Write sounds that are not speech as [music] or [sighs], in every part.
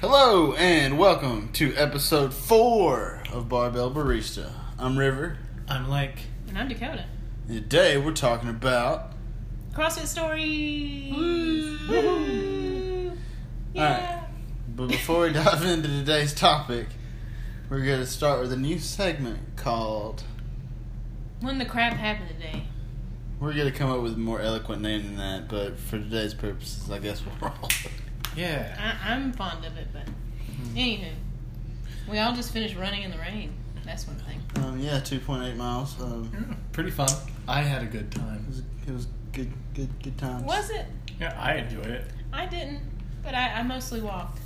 Hello and welcome to episode four of Barbell Barista. I'm River. I'm like, And I'm Dakota. And today we're talking about CrossFit stories. Woo! Woo! Yeah. but before we [laughs] dive into today's topic, we're gonna start with a new segment called When the crap happened today. we're gonna come up with a more eloquent name than that, but for today's purposes I guess we'll roll. with it. yeah. I, I'm fond of it, but Hmm. anywho, we all just finished running in the rain. That's one thing. [laughs] Um, yeah, two point eight miles. Um, Pretty fun. I had a good it time. was it was good good good times. Was it? Yeah, I enjoyed it. I didn't, but I, I mostly walked.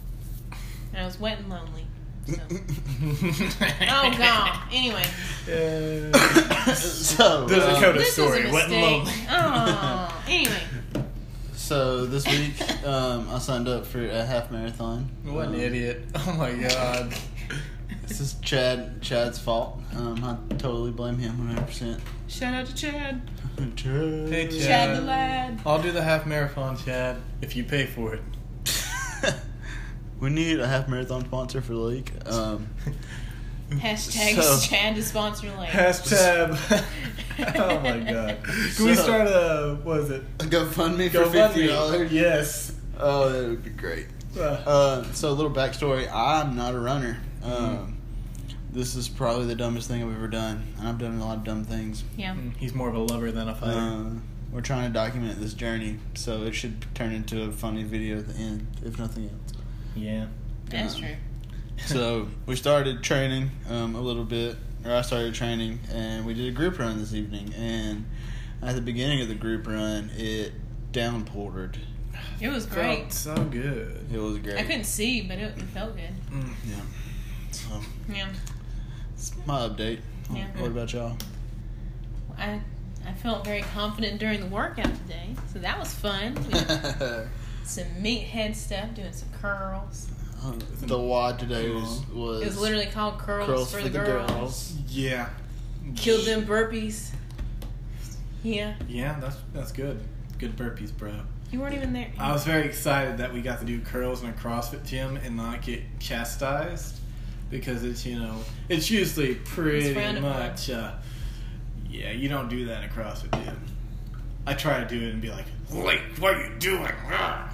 And I was wet and lonely. [laughs] So. Oh God. Anyway, Yeah. [laughs] [laughs] so There's a um, code. [laughs] What a this story, was a wet and lonely. mistake. Oh, anyway, So this week, [laughs] um, I signed up for a half marathon. What an Um, idiot. Oh my god. This is Chad. Chad's fault. Um, I totally blame him 100. percent shout out to Chad. [laughs] [laughs] Chad. Hey, Chad the lad. I'll do the half marathon, Chad, if you pay for it. [laughs] [laughs] we need a half marathon sponsor for the league. Um, Hashtag So- Chad to sponsor later. Hashtag. [laughs] oh my god. Can we So- start a, what is it? a [laughs] GoFundMe for fifty GoFundMe. dollars. Yes. Oh, that would be great. Uh, Uh, so a little backstory. I'm not a runner. Um, this is probably the dumbest thing I've ever done, and I've done a lot of dumb things. Yeah. He's more of a lover than a fighter. Uh, we're trying to document this journey, so it should turn into a funny video at the end, if nothing else. yeah. That's Um, true. So we started training um, a little bit, or I started training, and we did a group run this evening. And at the beginning of the group run, it downpoured. It was [laughs] great. Felt so good. It was great. I couldn't see, but it, it felt good. Mm. Yeah. So Yeah. Um, it's my update. Yeah. What about y'all? I I felt very confident during the workout today, so that was fun. [laughs] We did some meathead stuff, doing some curls. Um, the wad today was was, It was literally called curls, curls for, the, girls. Yeah. Killed them burpees. Yeah, Yeah, that's that's good. Good burpees, bro. you weren't even there. I was very excited that we got to do curls in a CrossFit gym and not get chastised because it's you know it's usually pretty frowned upon. much uh, yeah you don't do that in a CrossFit gym. I try to do it and be like, like what are you doing? Ah,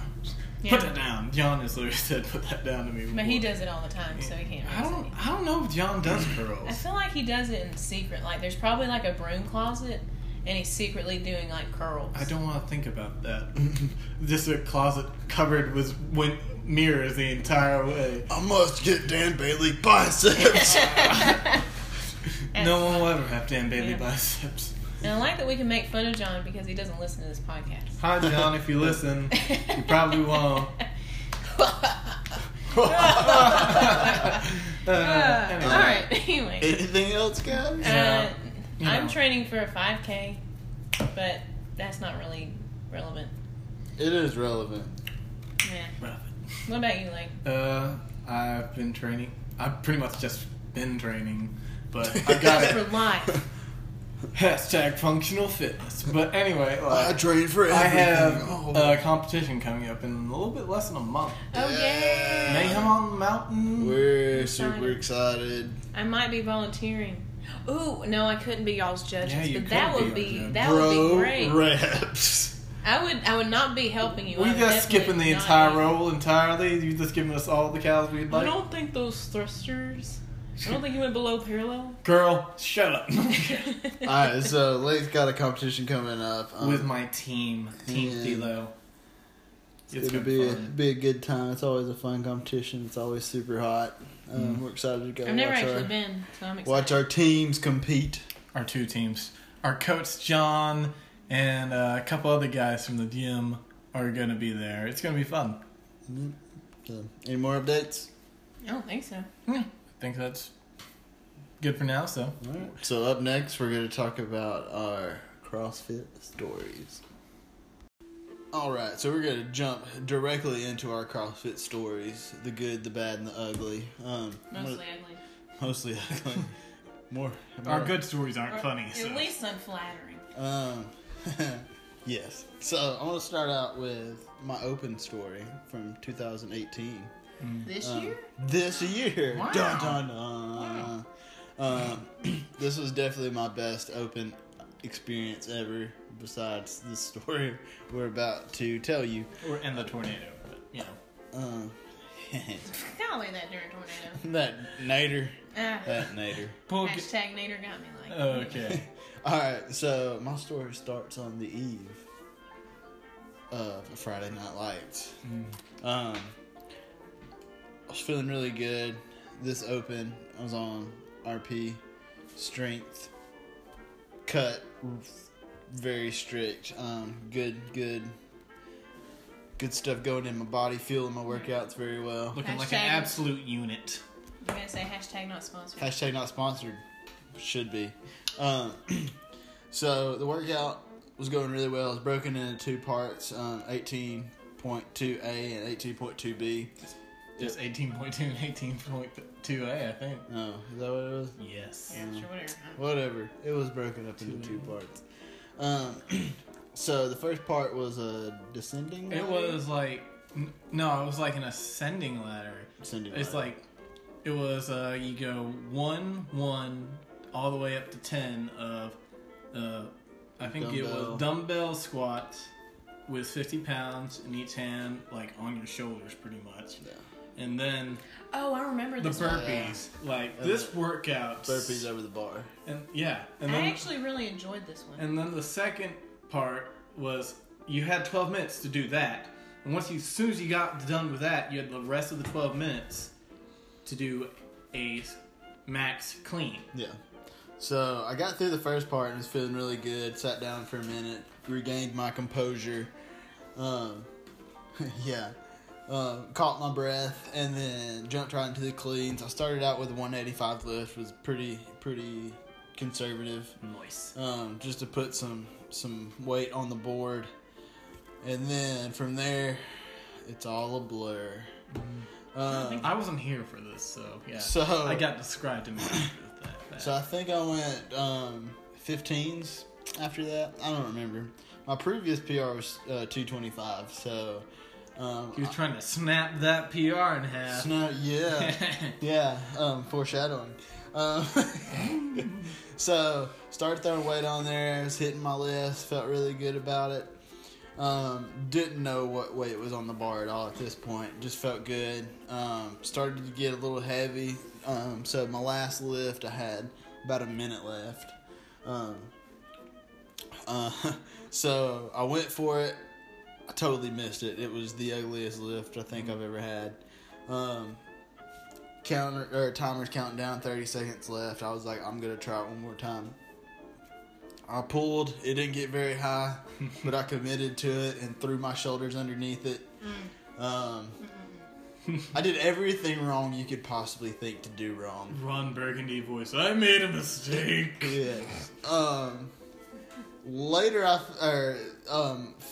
Yeah. Put that down. John has literally [laughs] said put that down to me. But he before. does it all the time, so he can't. I really don't. say. I don't know if John [clears throat] does curls. I feel like he does it in secret. Like there's probably like a broom closet, and he's secretly doing like curls. I don't want to think about that. [laughs] Just a closet covered with win- mirrors the entire way. I must get Dan Bailey [laughs] biceps. no one will ever have Dan Bailey Yeah. biceps. And I like that we can make fun of John because he doesn't listen to this podcast. Hi, John, if you listen. [laughs] You probably won't. [laughs] Uh, Uh, all anyway. right. Anyway, Anything else, guys? uh, You know. I'm training for a 5K, but that's not really relevant. It is relevant. Yeah. What about you, like? Uh, I've been training. I've pretty much just been training, but I [laughs] got for it. life. Hashtag functional fitness. But anyway, I like, train for I everything. have Oh. a competition coming up in a little bit less than a month. Oh Yeah. yeah. Mayhem on the Oh. Mountain. We're Excited. super excited. I might be volunteering. Ooh, no, I couldn't be y'all's judges, Yeah, you but that could would be be, our judge. that would Bro be great. [laughs] reps. I would I would not be helping you. I We would just skipping the definitely not entire be- roll entirely. You just giving us all the cows we'd I like. don't think those thrusters. I don't think you went below [laughs] parallel. Girl, shut [laughs] up. All right, so Lake's got a competition coming up. Um, With my team, Team Yeah. Philo. it's gonna gonna be a, be a good time. It's always a fun competition. It's always super hot. Um, We're excited to go I've never watch actually our been, so I'm excited. watch our teams compete. Our two teams, our coach John and uh, a couple other guys from the gym are gonna be there. It's gonna be fun. So, uh, any more updates? I don't think so. Yeah, I think that's good for now. So All right. So up next, we're gonna talk about our CrossFit stories. All right, so we're gonna jump directly into our CrossFit stories: the good, the bad, and the ugly. Um, I'm Mostly gonna- ugly. mostly [laughs] ugly. more, our more- good stories aren't Or funny. At So. least unflattering. Um, [laughs] yes. So I want to start out with my open story from 2018. This Um, year? This year. Wow. Dun dun dun. Uh, Um, [clears throat] this was definitely my best open experience ever. Besides the [laughs] story we're about to tell you. Or and the tornado, but you know. Um, [laughs] Golly, that darn tornado. that nader. Ah, That nader. Well, g- hashtag Nader got me like. okay. All right, so my story starts on the eve of Friday Night Lights. Um, I was feeling really good. This open, I was on RP, strength, cut, very strict. Um, good, good, good stuff going in my body. Feeling my workouts very well. Looking like Hashtag- an absolute unit. You're gonna say hashtag not sponsored. Hashtag not sponsored. Should be. Um, [clears throat] so the workout was going really well. It was broken into two parts um, 18.2A and 18.2B. Just 18.2 and 18.2A, I think. Oh, is that what it was? Yes. Yeah, sure, whatever. Huh? Whatever. It was broken up into two parts. Um, [clears throat] so the first part was a descending. It ladder? was like, n- no, it was like an ascending ladder. Descending It's ladder. like, it was, uh, you go 1, 1, all the way up to 10 of the, I think it Dumbbell. was dumbbell squat with 50 pounds in each hand, like on your shoulders pretty much. Yeah. And then Oh, I remember the this one. burpees. Like, this workout. burpees over the bar. And, yeah. And I then, actually really enjoyed this one. And then the second part was you had 12 minutes to do that. And once you, as soon as you got done with that, you had the rest of the 12 minutes to do a s- max clean. Yeah. So I got through the first part and was feeling really good. Sat down for a minute, regained my composure. Um, [laughs] yeah. Uh, caught my breath and then jumped right into the cleans. I started out with a 185 lift, was pretty pretty conservative, Nice. um, just to put some some weight on the board. And then from there, it's all a blur. Um, Mm-hmm. I wasn't here for this, so yeah. So- I got described to me with that. that. So I think I went um, 15s after that. I don't remember. My previous PR was uh, 225. So, um, he was trying to snap that PR in I- half. snow- yeah, yeah, um, foreshadowing. Um, [laughs] so started throwing weight on there. I was hitting my list. Felt really good about it. Um, didn't know what weight was on the bar at all at this point. Just felt good. Um, started to get a little heavy. Um, so my last lift, I had about a minute left. Um, uh, [laughs] so I went for it. I totally missed it. It was the ugliest lift I think I've ever had. Um, counter or timer's counting down, thirty seconds left. I was like, I'm gonna try it one more time. I pulled. It didn't get very high, but I committed to it and threw my shoulders underneath it. Um, I did everything wrong you could possibly think to do wrong. [laughs] Ron Burgundy voice. I made a mistake. Yeah. Um. Later, I f- or um, f-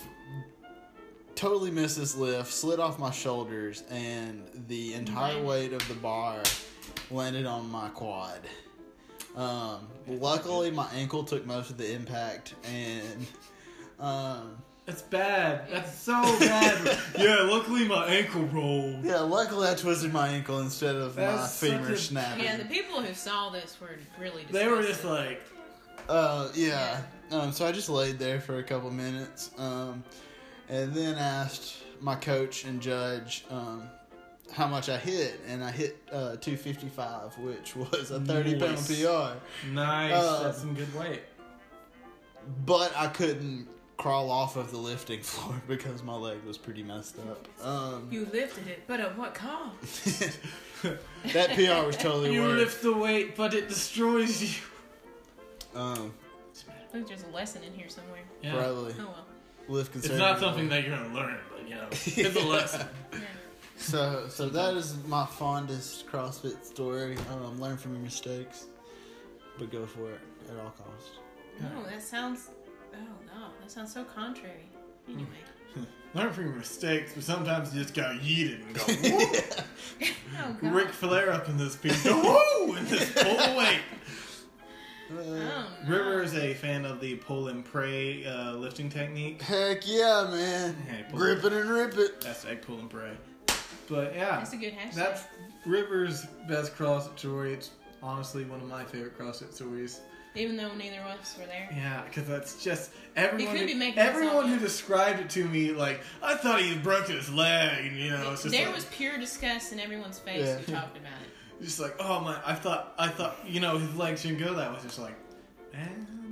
totally missed this lift, slid off my shoulders, and the Mm-hmm. entire weight of the bar landed on my quad. Um. Luckily, my ankle took most of the impact, and um. That's bad. That's so [laughs] bad. yeah, luckily my ankle rolled. Yeah. Luckily, I twisted my ankle instead of my That's such femur a- snapping. yeah, the people who saw this were really disgusted. They were just like, Uh, yeah. Um, so I just laid there for a couple minutes, um, and then asked my coach and judge um, how much I hit, and I hit uh, 255, which was a 30 pound Nice. PR. Nice. Uh, That's some good weight. But I couldn't crawl off of the lifting [laughs] floor because my leg was pretty messed up. Um, You lifted it, but at what cost? [laughs] that PR was totally You worth. lift the weight, but it destroys [laughs] you. um, I think there's a lesson in here somewhere. Yeah. probably Oh well. lift It's conservatively. not something that you're gonna learn, but you [laughs] know, it's a lesson. Yeah. So, so that is my fondest CrossFit story. Um, learn from your mistakes, but go for it at all costs. No, that sounds. Oh no, that sounds so contrary. Anyway, learn from your mistakes, but sometimes you just gotta yeet it and [laughs] go. oh Whoa, god, Ric Flair up in this piece. Whoa, in this full weight. Uh, Oh, no. River is a fan of the pull and pray uh, lifting [laughs] technique. heck yeah, man! Hey, pull Grip it and rip it. That's egg pull and pray. But yeah, That's a good hashtag. that's River's best CrossFit story. It's honestly one of my favorite CrossFit stories. Even though neither of us were there. Yeah, because that's just everyone. could who- be making this everyone up. who described it to me, like I thought he had broken his leg. and, You know, it's just there like, was pure disgust in everyone's face Yeah. who talked about it. just like oh my. I thought I thought you know his leg shouldn't go that way. It's Just like, eh.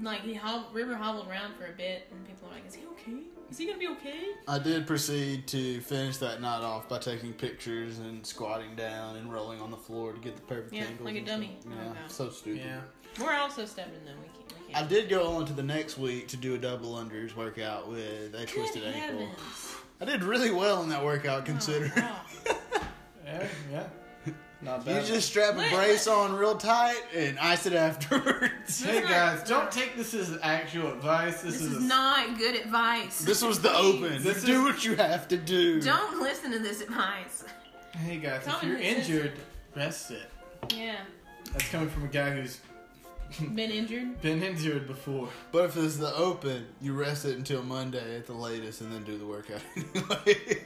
Like he hob- River hobbled around for a bit, and people were like, "Is he okay? Is he gonna be okay?" I did proceed to finish that night off by taking pictures and squatting down and rolling on the floor to get the perfect Yeah, angles. like a and dummy. stuff. Oh, Yeah, God. so stupid. yeah. We're also stubborn though. We can't. We I can't. did go on to the next week to do a double unders workout with a twisted Good ankle. [laughs] heavens. I did really well in that workout considering. Oh, wow. Yeah, eh, yeah. Not You bad. just strap a Wait, brace on real tight and ice it [laughs] afterwards. hey This is guys, not- don't take this as actual advice. This, This is a- not good advice. This was the Please, open. This do is- what you have to do. Don't listen to this advice. [laughs] Hey guys, if Common you're sense. injured, rest it. Yeah, That's coming from a guy who's been injured. been injured before. But if it's the open, you rest it until Monday at the latest, and then do the workout [laughs] anyway.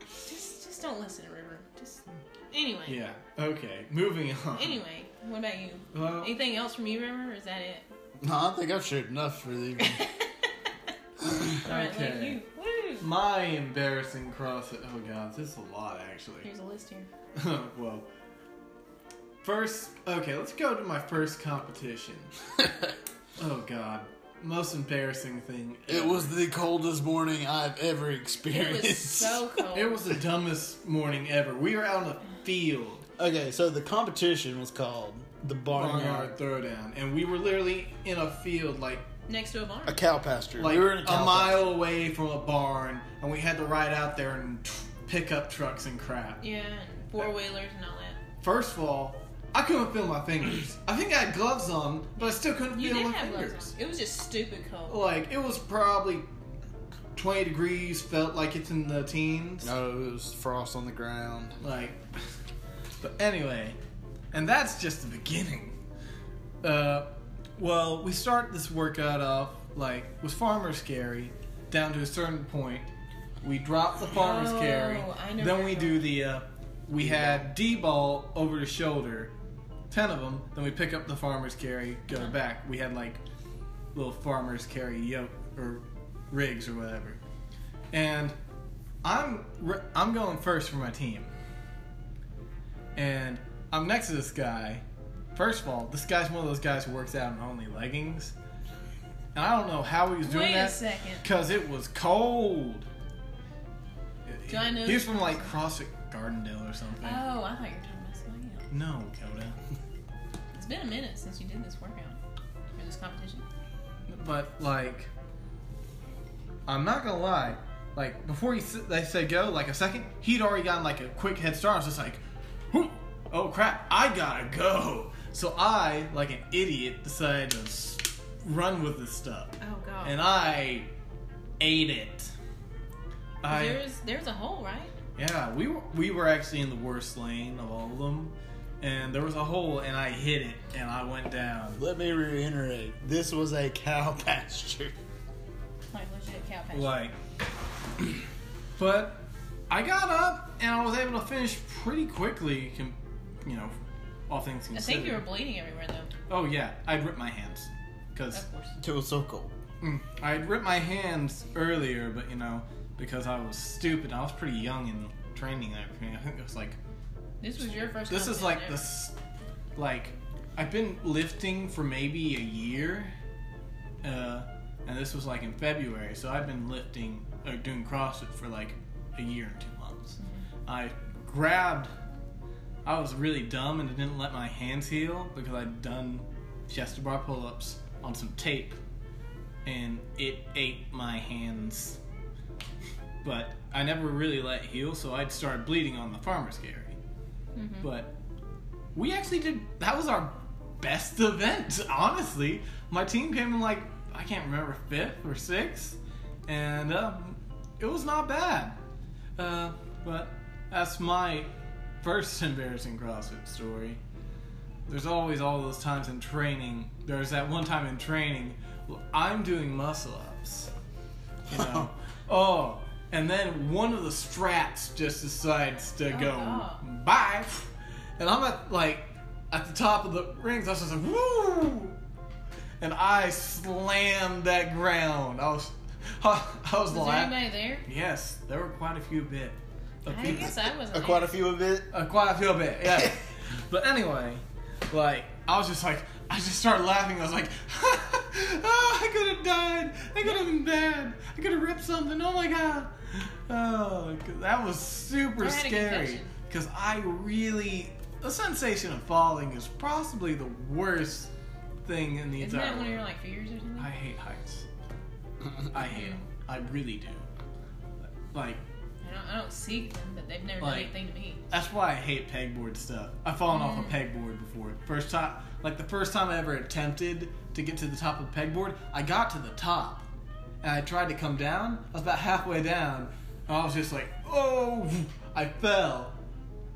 Just, just don't listen to River. Just anyway. Yeah. Okay. Moving on. Anyway, what about you? Well, Anything else from you, River? Or is that it? no, I think I've shared enough for the evening. All right, okay. Okay. you. Woo! my embarrassing CrossFit. Oh god, this is a lot actually. Here's a list here. [laughs] well, first, okay, let's go to my [laughs] first competition. oh god, most embarrassing thing. it ever. was the coldest morning I've ever It experienced. was so [laughs] cold. It was the dumbest morning ever. We were out on the field. okay, so the competition was called the Barnyard Barnyard. Throwdown, and we were literally in a field like next to a barn. A cow pasture. like we were in a, a, cow mile away from a barn, and we had to ride out there and tr- pick up trucks and crap. Yeah, and four wheelers and all that. First of all, I couldn't feel my fingers. I think I had gloves on, but I still couldn't You feel did my have fingers. Oh, gloves on. It was just stupid cold. Like it was probably twenty degrees. Felt like it's in the teens. pasture. No, it was frost on the ground. Like, [laughs] but anyway, and that's just the beginning. Uh, well, we start this workout off like with farmer's carry down to a certain point. We drop the farmer's Oh, carry. I know Then where we you're do the. Uh, we had D ball over the shoulder, ten of them. Then we pick up the farmer's carry, go Uh-huh. back. We had like little farmer's carry yoke or rigs or whatever. And I'm re- I'm going first for my team. And I'm next to this guy. First of all, this guy's one of those guys who works out in only leggings. And I don't know how he was doing Wait a that. second. Cause it was cold. Do I know- He was from like CrossFit Gardendale or something. Oh, I thought you were talking about something else. no, Coda. It's been a minute since you did this workout or this competition. But like, I'm not gonna lie. Like before he s- they said go, like a second, he'd already gotten like a quick head start. I was just like, "Whew, oh crap, I gotta go. So I, like an idiot, decided to s- run with this stuff, Oh god. and I ate it. I there's there's a hole, right? yeah, we were we were actually in the worst lane of all of them, and there was a hole, and I hit it, and I went down. Let me reiterate. This was a cow [laughs] pasture. Like legit cow pasture. Like, but I got up and I was able to finish pretty quickly. com- You know, all things I considered. think you were bleeding everywhere though. Oh yeah, I'd ripped my hands because Of course. It was so cold. I'd ripped my hands earlier, but you know, because I was stupid. I was pretty young in training and everything. [laughs] I think it was like This was your first. this is competition like ever. this like i've been lifting for maybe a year uh, and this was like in february so i've been lifting or doing crossfit for like a year and two months i grabbed i was really dumb and didn't let my hands heal because i'd done chest to bar pull-ups on some tape and it ate my hands but i never really let it heal so i'd start bleeding on the farmer's carry but we actually did. That was our best [laughs] event, honestly. My team came in like I can't remember fifth or sixth, and um, it was not bad. Uh, but that's my first [laughs] embarrassing CrossFit story. There's always all those times in training. There's that one time in training. well, I'm doing muscle ups. You know. oh, and then one of the straps just decides to Oh, go God. bye, and I'm at like at the top of the rings. I was just like woo, and I slammed that ground. I was, [laughs] I, was, Was there like, anybody there? yes, there were quite a few bit. Of I people. guess I wasn't. Uh, there. quite a few of it. Uh, quite a few bit, yeah. but anyway, like I was just like I just started laughing. I was like, [laughs] oh, I could have died. I could have been bad. I could have ripped something. Oh my god. Oh, 'cause that was super I had a scary. confession. Because I really the sensation of falling is possibly the worst thing in the Isn't entire that when world. you're like figures or something? I hate heights. I hate them. I really do. Like I don't, I don't seek them, but they've never Like- done anything to me. That's why I hate pegboard stuff. I've fallen off Mm. a pegboard before. First time, like the first time I ever attempted to get to the top of the pegboard, I got to the top, and I tried to come down. I was about halfway down, and I was just like, "Oh!" I fell.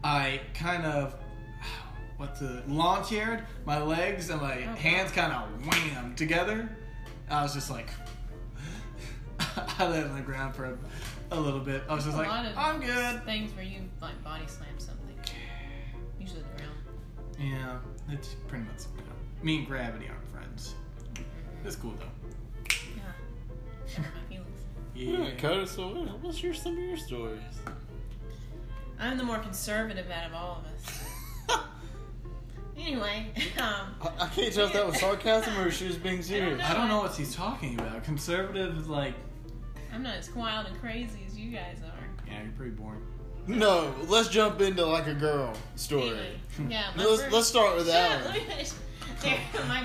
I kind of [sighs] what's the lawn chaired my legs and my Oh, hands kind of wham together. I was just like, [laughs] I laid on the ground for a, a little bit. I was just a like, lot of "I'm good." things where you like body slam something. Usually the ground. Yeah, it's pretty much. Me and Gravity aren't friends. It's cool though. Yeah. That hurt my feelings. Yeah, Coda, so what- what's your some of your stories? I'm the more conservative out of all of us. Anyway, [laughs] um, I, I can't tell if that was sarcasm or if she was being serious. I don't know what he's talking about. Conservative, like, I'm not as wild and crazy as you guys are. yeah, you're pretty boring. No, let's jump into like a girl story. [laughs] Anyway, yeah. my Let's first- let's start with Shut that [laughs] up, one. let me finish. There, my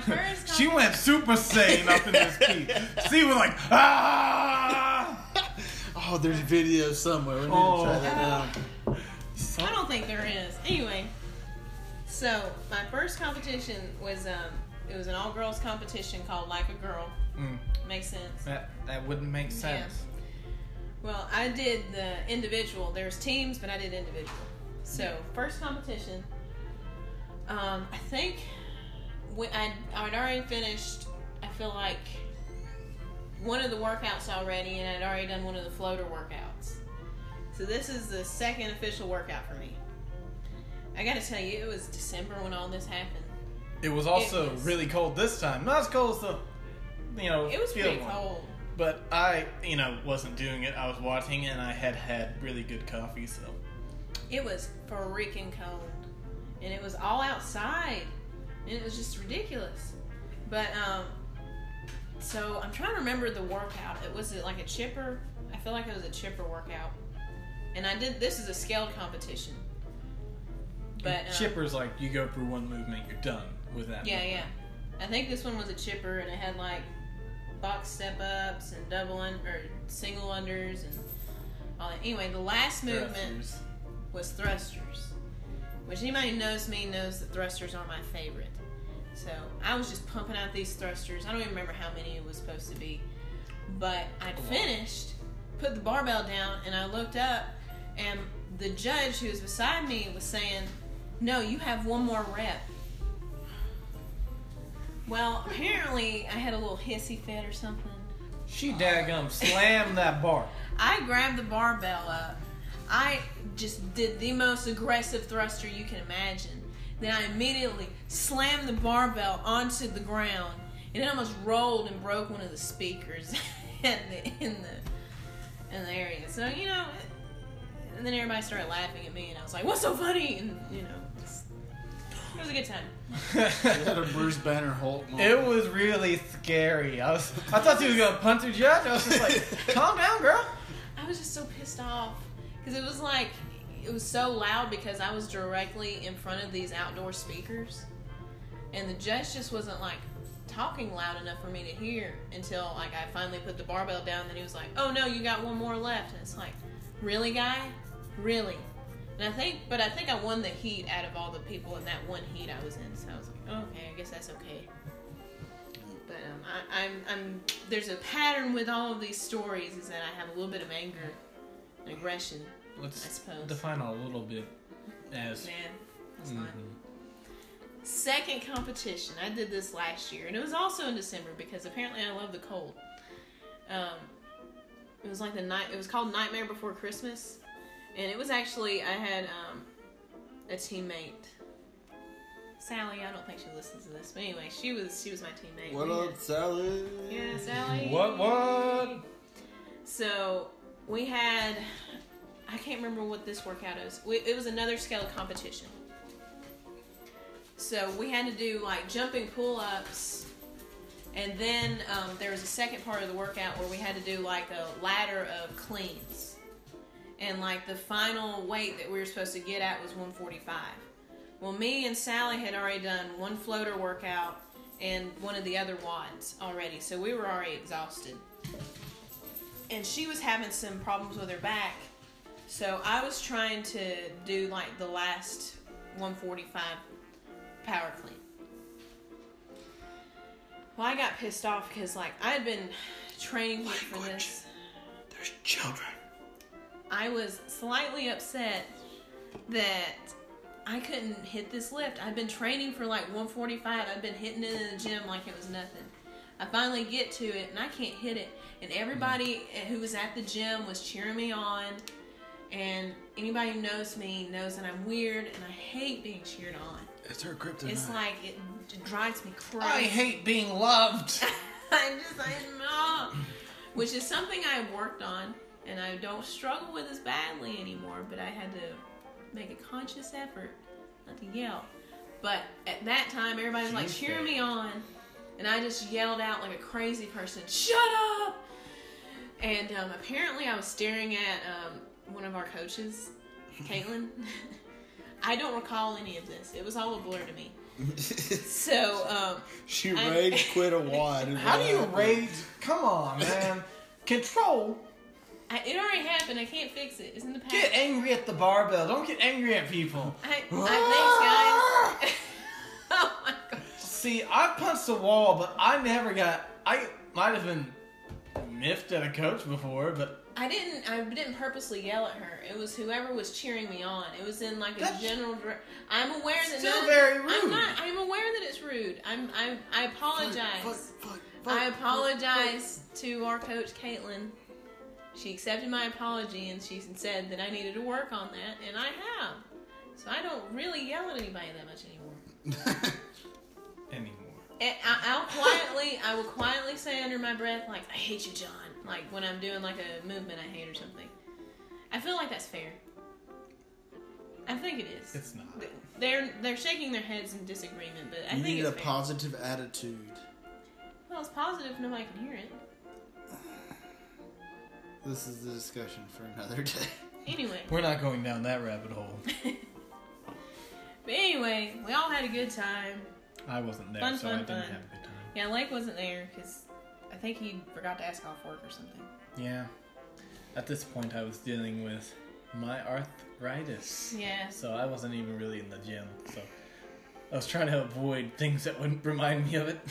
[laughs] first. She went Super Saiyan up in [laughs] this piece. She was like, ah! Oh, there's video somewhere. We need Oh. to try that out. I don't think there is. Anyway, so my first competition was um, it was an all girls competition called Like a Girl. Mm, Makes sense. that that wouldn't make sense. Well, I did the individual. There's teams, but I did individual. So first competition. Um, I think when I I'd already finished. I feel like one of the workouts already, and I'd already done one of the floater workouts. So this is the second official workout for me. I got to tell you, it was December when all this happened. It was also It was- really cold this time. Not as cold as the, you know, It was the pretty other one. cold. But I, you know, wasn't doing it. I was watching, and I had had really good coffee, so It was freaking cold. And it was all outside. And it was just ridiculous. But um so I'm trying to remember the workout. It was it like a chipper. I feel like it was a chipper workout. And I did this is a scaled competition. But um, Chipper's like you go through one movement, you're done with that. Yeah, yeah. movement. I think this one was a chipper and it had like box step ups and double un- or single unders and all that. Anyway, the last movement Thrusters. was thrusters. Which anybody who knows me knows that thrusters are my favorite. So I was just pumping out these thrusters. I don't even remember how many it was supposed to be. But I'd finished, put the barbell down, and I looked up, and the judge who was beside me was saying, No, you have one more rep. Well, apparently I had a little hissy fit or something. She daggum slammed [laughs] that bar. I grabbed the barbell up. I just did the most aggressive thruster you can imagine. Then I immediately slammed the barbell onto the ground and it almost rolled and broke one of the speakers [laughs] in the in the in the area. So you know, it- and then everybody started laughing at me, and I was like, "What's so funny?" And you know, it's- it was a good time. You had a Bruce Banner Hulk moment. [laughs] it was really scary. I was, I thought she was gonna punch her judge. I was just like, [laughs] calm down, girl. I was just so pissed off because it was like it was so loud because I was directly in front of these outdoor speakers, and the judge just wasn't like talking loud enough for me to hear until like I finally put the barbell down. Then he was like, "Oh no, you got one more left," and it's like, "Really, guy? Really?" And I think, but I think I won the heat out of all the people in that one heat I was in. So I was like, "Okay, I guess that's okay." But um, I, I'm, I'm, there's a pattern with all of these stories is that I have a little bit of anger and aggression, I Let's suppose. define a little bit as. Man, that's Mm-hmm. fine. Second competition. I did this last year, and it was also in December because apparently I love the cold. Um, It was like the night. It was called Nightmare Before Christmas, and it was actually I had um, a teammate. Sally, I don't think she listens to this, but anyway, she was she was my teammate. What We had- up, Sally? Yeah, Sally. What, what? So we had, I can't remember what this workout is. We, it was another scale competition. So we had to do like jumping pull ups, and then um, there was a second part of the workout where we had to do like a ladder of cleans. And like the final weight that we were supposed to get at was 145. Well, me and Sally had already done one floater workout and one of the other wads already, so we were already exhausted and she was having some problems with her back. So I was trying to do like the last 145 power clean. Well, I got pissed off because like I had been training for this. There's children. I was slightly upset that I couldn't hit this lift. I've been training for like 145. I've been hitting it in the gym like it was nothing. I finally get to it and I can't hit it. And everybody who was at the gym was cheering me on. And anybody who knows me knows that I'm weird and I hate being cheered on. It's her kryptonite. It's like it drives me crazy. I hate being loved. [laughs] I just I know, which is something I worked on, and I don't struggle with as badly anymore. But I had to make a conscious effort not to yell. But at that time, everybody was like She's cheering bad. me on, and I just yelled out like a crazy person, "Shut up!" And um, apparently, I was staring at um, one of our coaches, Caitlin. [laughs] I don't recall any of this. It was all a blur to me. So, um, [laughs] she I'm- rage quit a wad. [laughs] is How what do you happened. rage? Come on, man. [laughs] Control. I, it already happened. I can't fix it. It's in the past. Get angry at the barbell. Don't get angry at people. I, I [laughs] thanks, guys. [laughs] oh my gosh. See, I punched the wall, but I never got. I might have been miffed at a coach before, but I didn't. I didn't purposely yell at her. It was whoever was cheering me on. It was in like a That's- general. Dire- I'm aware that Still none- very rude. I'm not. I'm aware that it's rude. I'm. I. I apologize. Fuck, fuck, fuck, [laughs] I fuck, apologize to our coach Caitlin. She accepted my apology and she said that I needed to work on that, and I have. So I don't really yell at anybody that much anymore. fuck. anymore. And I, I'll quietly, I will quietly say under my breath, like, I hate you, John. Like when I'm doing like a movement I hate or something. I feel like that's fair. I think it is. It's not. They're they're shaking their heads in disagreement, but I you think need it's a fair. positive attitude. well, it's positive. Nobody can hear it. This is the discussion for another [laughs] day. Anyway, We're not going down that rabbit hole. but anyway, we all had a good time. I wasn't there, Fun, so I fun, didn't fun. have a good time. Yeah, Lake wasn't there because I think he forgot to ask off work or something. Yeah. At this point, I was dealing with my arthritis. Yeah. So I wasn't even really in the gym. So I was trying to avoid things that wouldn't remind me of it. [laughs]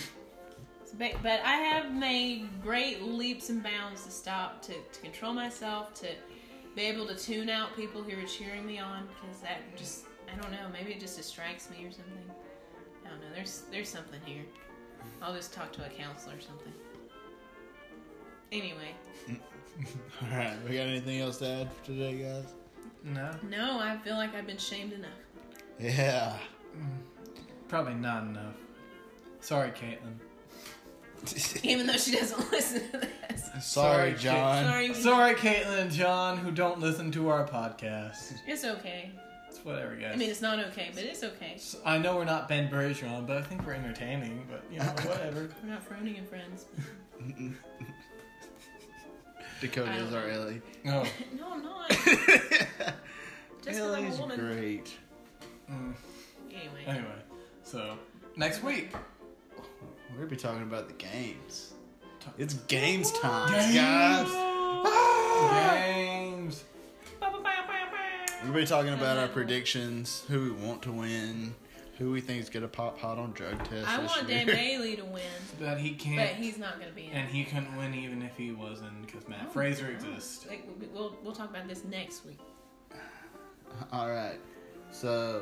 So ba- But I have made great leaps and bounds to stop, to, to control myself, to be able to tune out people who are cheering me on because that just, I don't know, maybe it just distracts me or something. I don't know. There's there's something here. I'll just talk to a counselor or something. Anyway, Alright, we got anything else to add for today, guys? No, no, I feel like I've been shamed enough. [laughs] [laughs] Yeah. probably not enough. Sorry, Caitlin. Even though she doesn't [laughs] listen to this. Sorry, Sorry, John. Sorry. Sorry, Caitlin and John, who don't listen to our podcast. It's okay. It's whatever, guys. I mean, it's not okay, but it's okay. S- I know we're not Ben Bergeron, but I think we're entertaining. But you know, whatever. [laughs] We're not frowning and friends. Dakota I is don't our know. Ellie. No, No, [laughs] I'm not. Just 'cause I'm a Ellie's woman. great. Mm, Anyway. anyway, so next week. We're gonna be talking about the games. Ta- It's games time, Games. guys. Ah! Games. We're gonna be talking about our Mhm. predictions, who we want to win, who we think is gonna pop hot on drug tests. I this want year. Dan Bailey to win, [laughs] That he but can't, he's not going to be in. and he couldn't win even if he was in because Matt Oh, Fraser oh. exists. Like, we'll, we'll, we'll talk about this next week. All right. So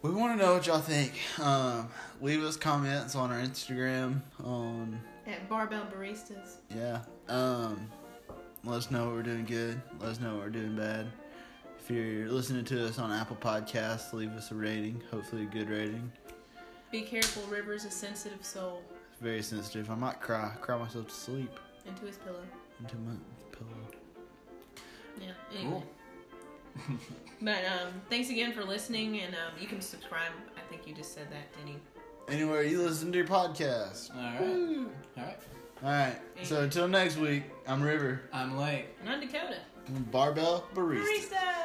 We want to know what y'all think. Um, leave us comments on our Instagram. On At Barbell Baristas. yeah. Um, let us know what we're doing good. Let us know what we're doing bad. If you're listening to us on Apple Podcasts, leave us a rating. Hopefully, a good rating. Be careful, River's a sensitive soul. Very sensitive. I might cry. Cry myself to sleep Into his pillow. into my pillow. Yeah. Anyway. [laughs] but um, thanks again for listening, and um, you can subscribe. I think you just said that, Denny. Anywhere you listen to your podcast. All right. All right. All right. So until next week, I'm River. I'm late. And I'm Dakota. Barbell Barista. Barista!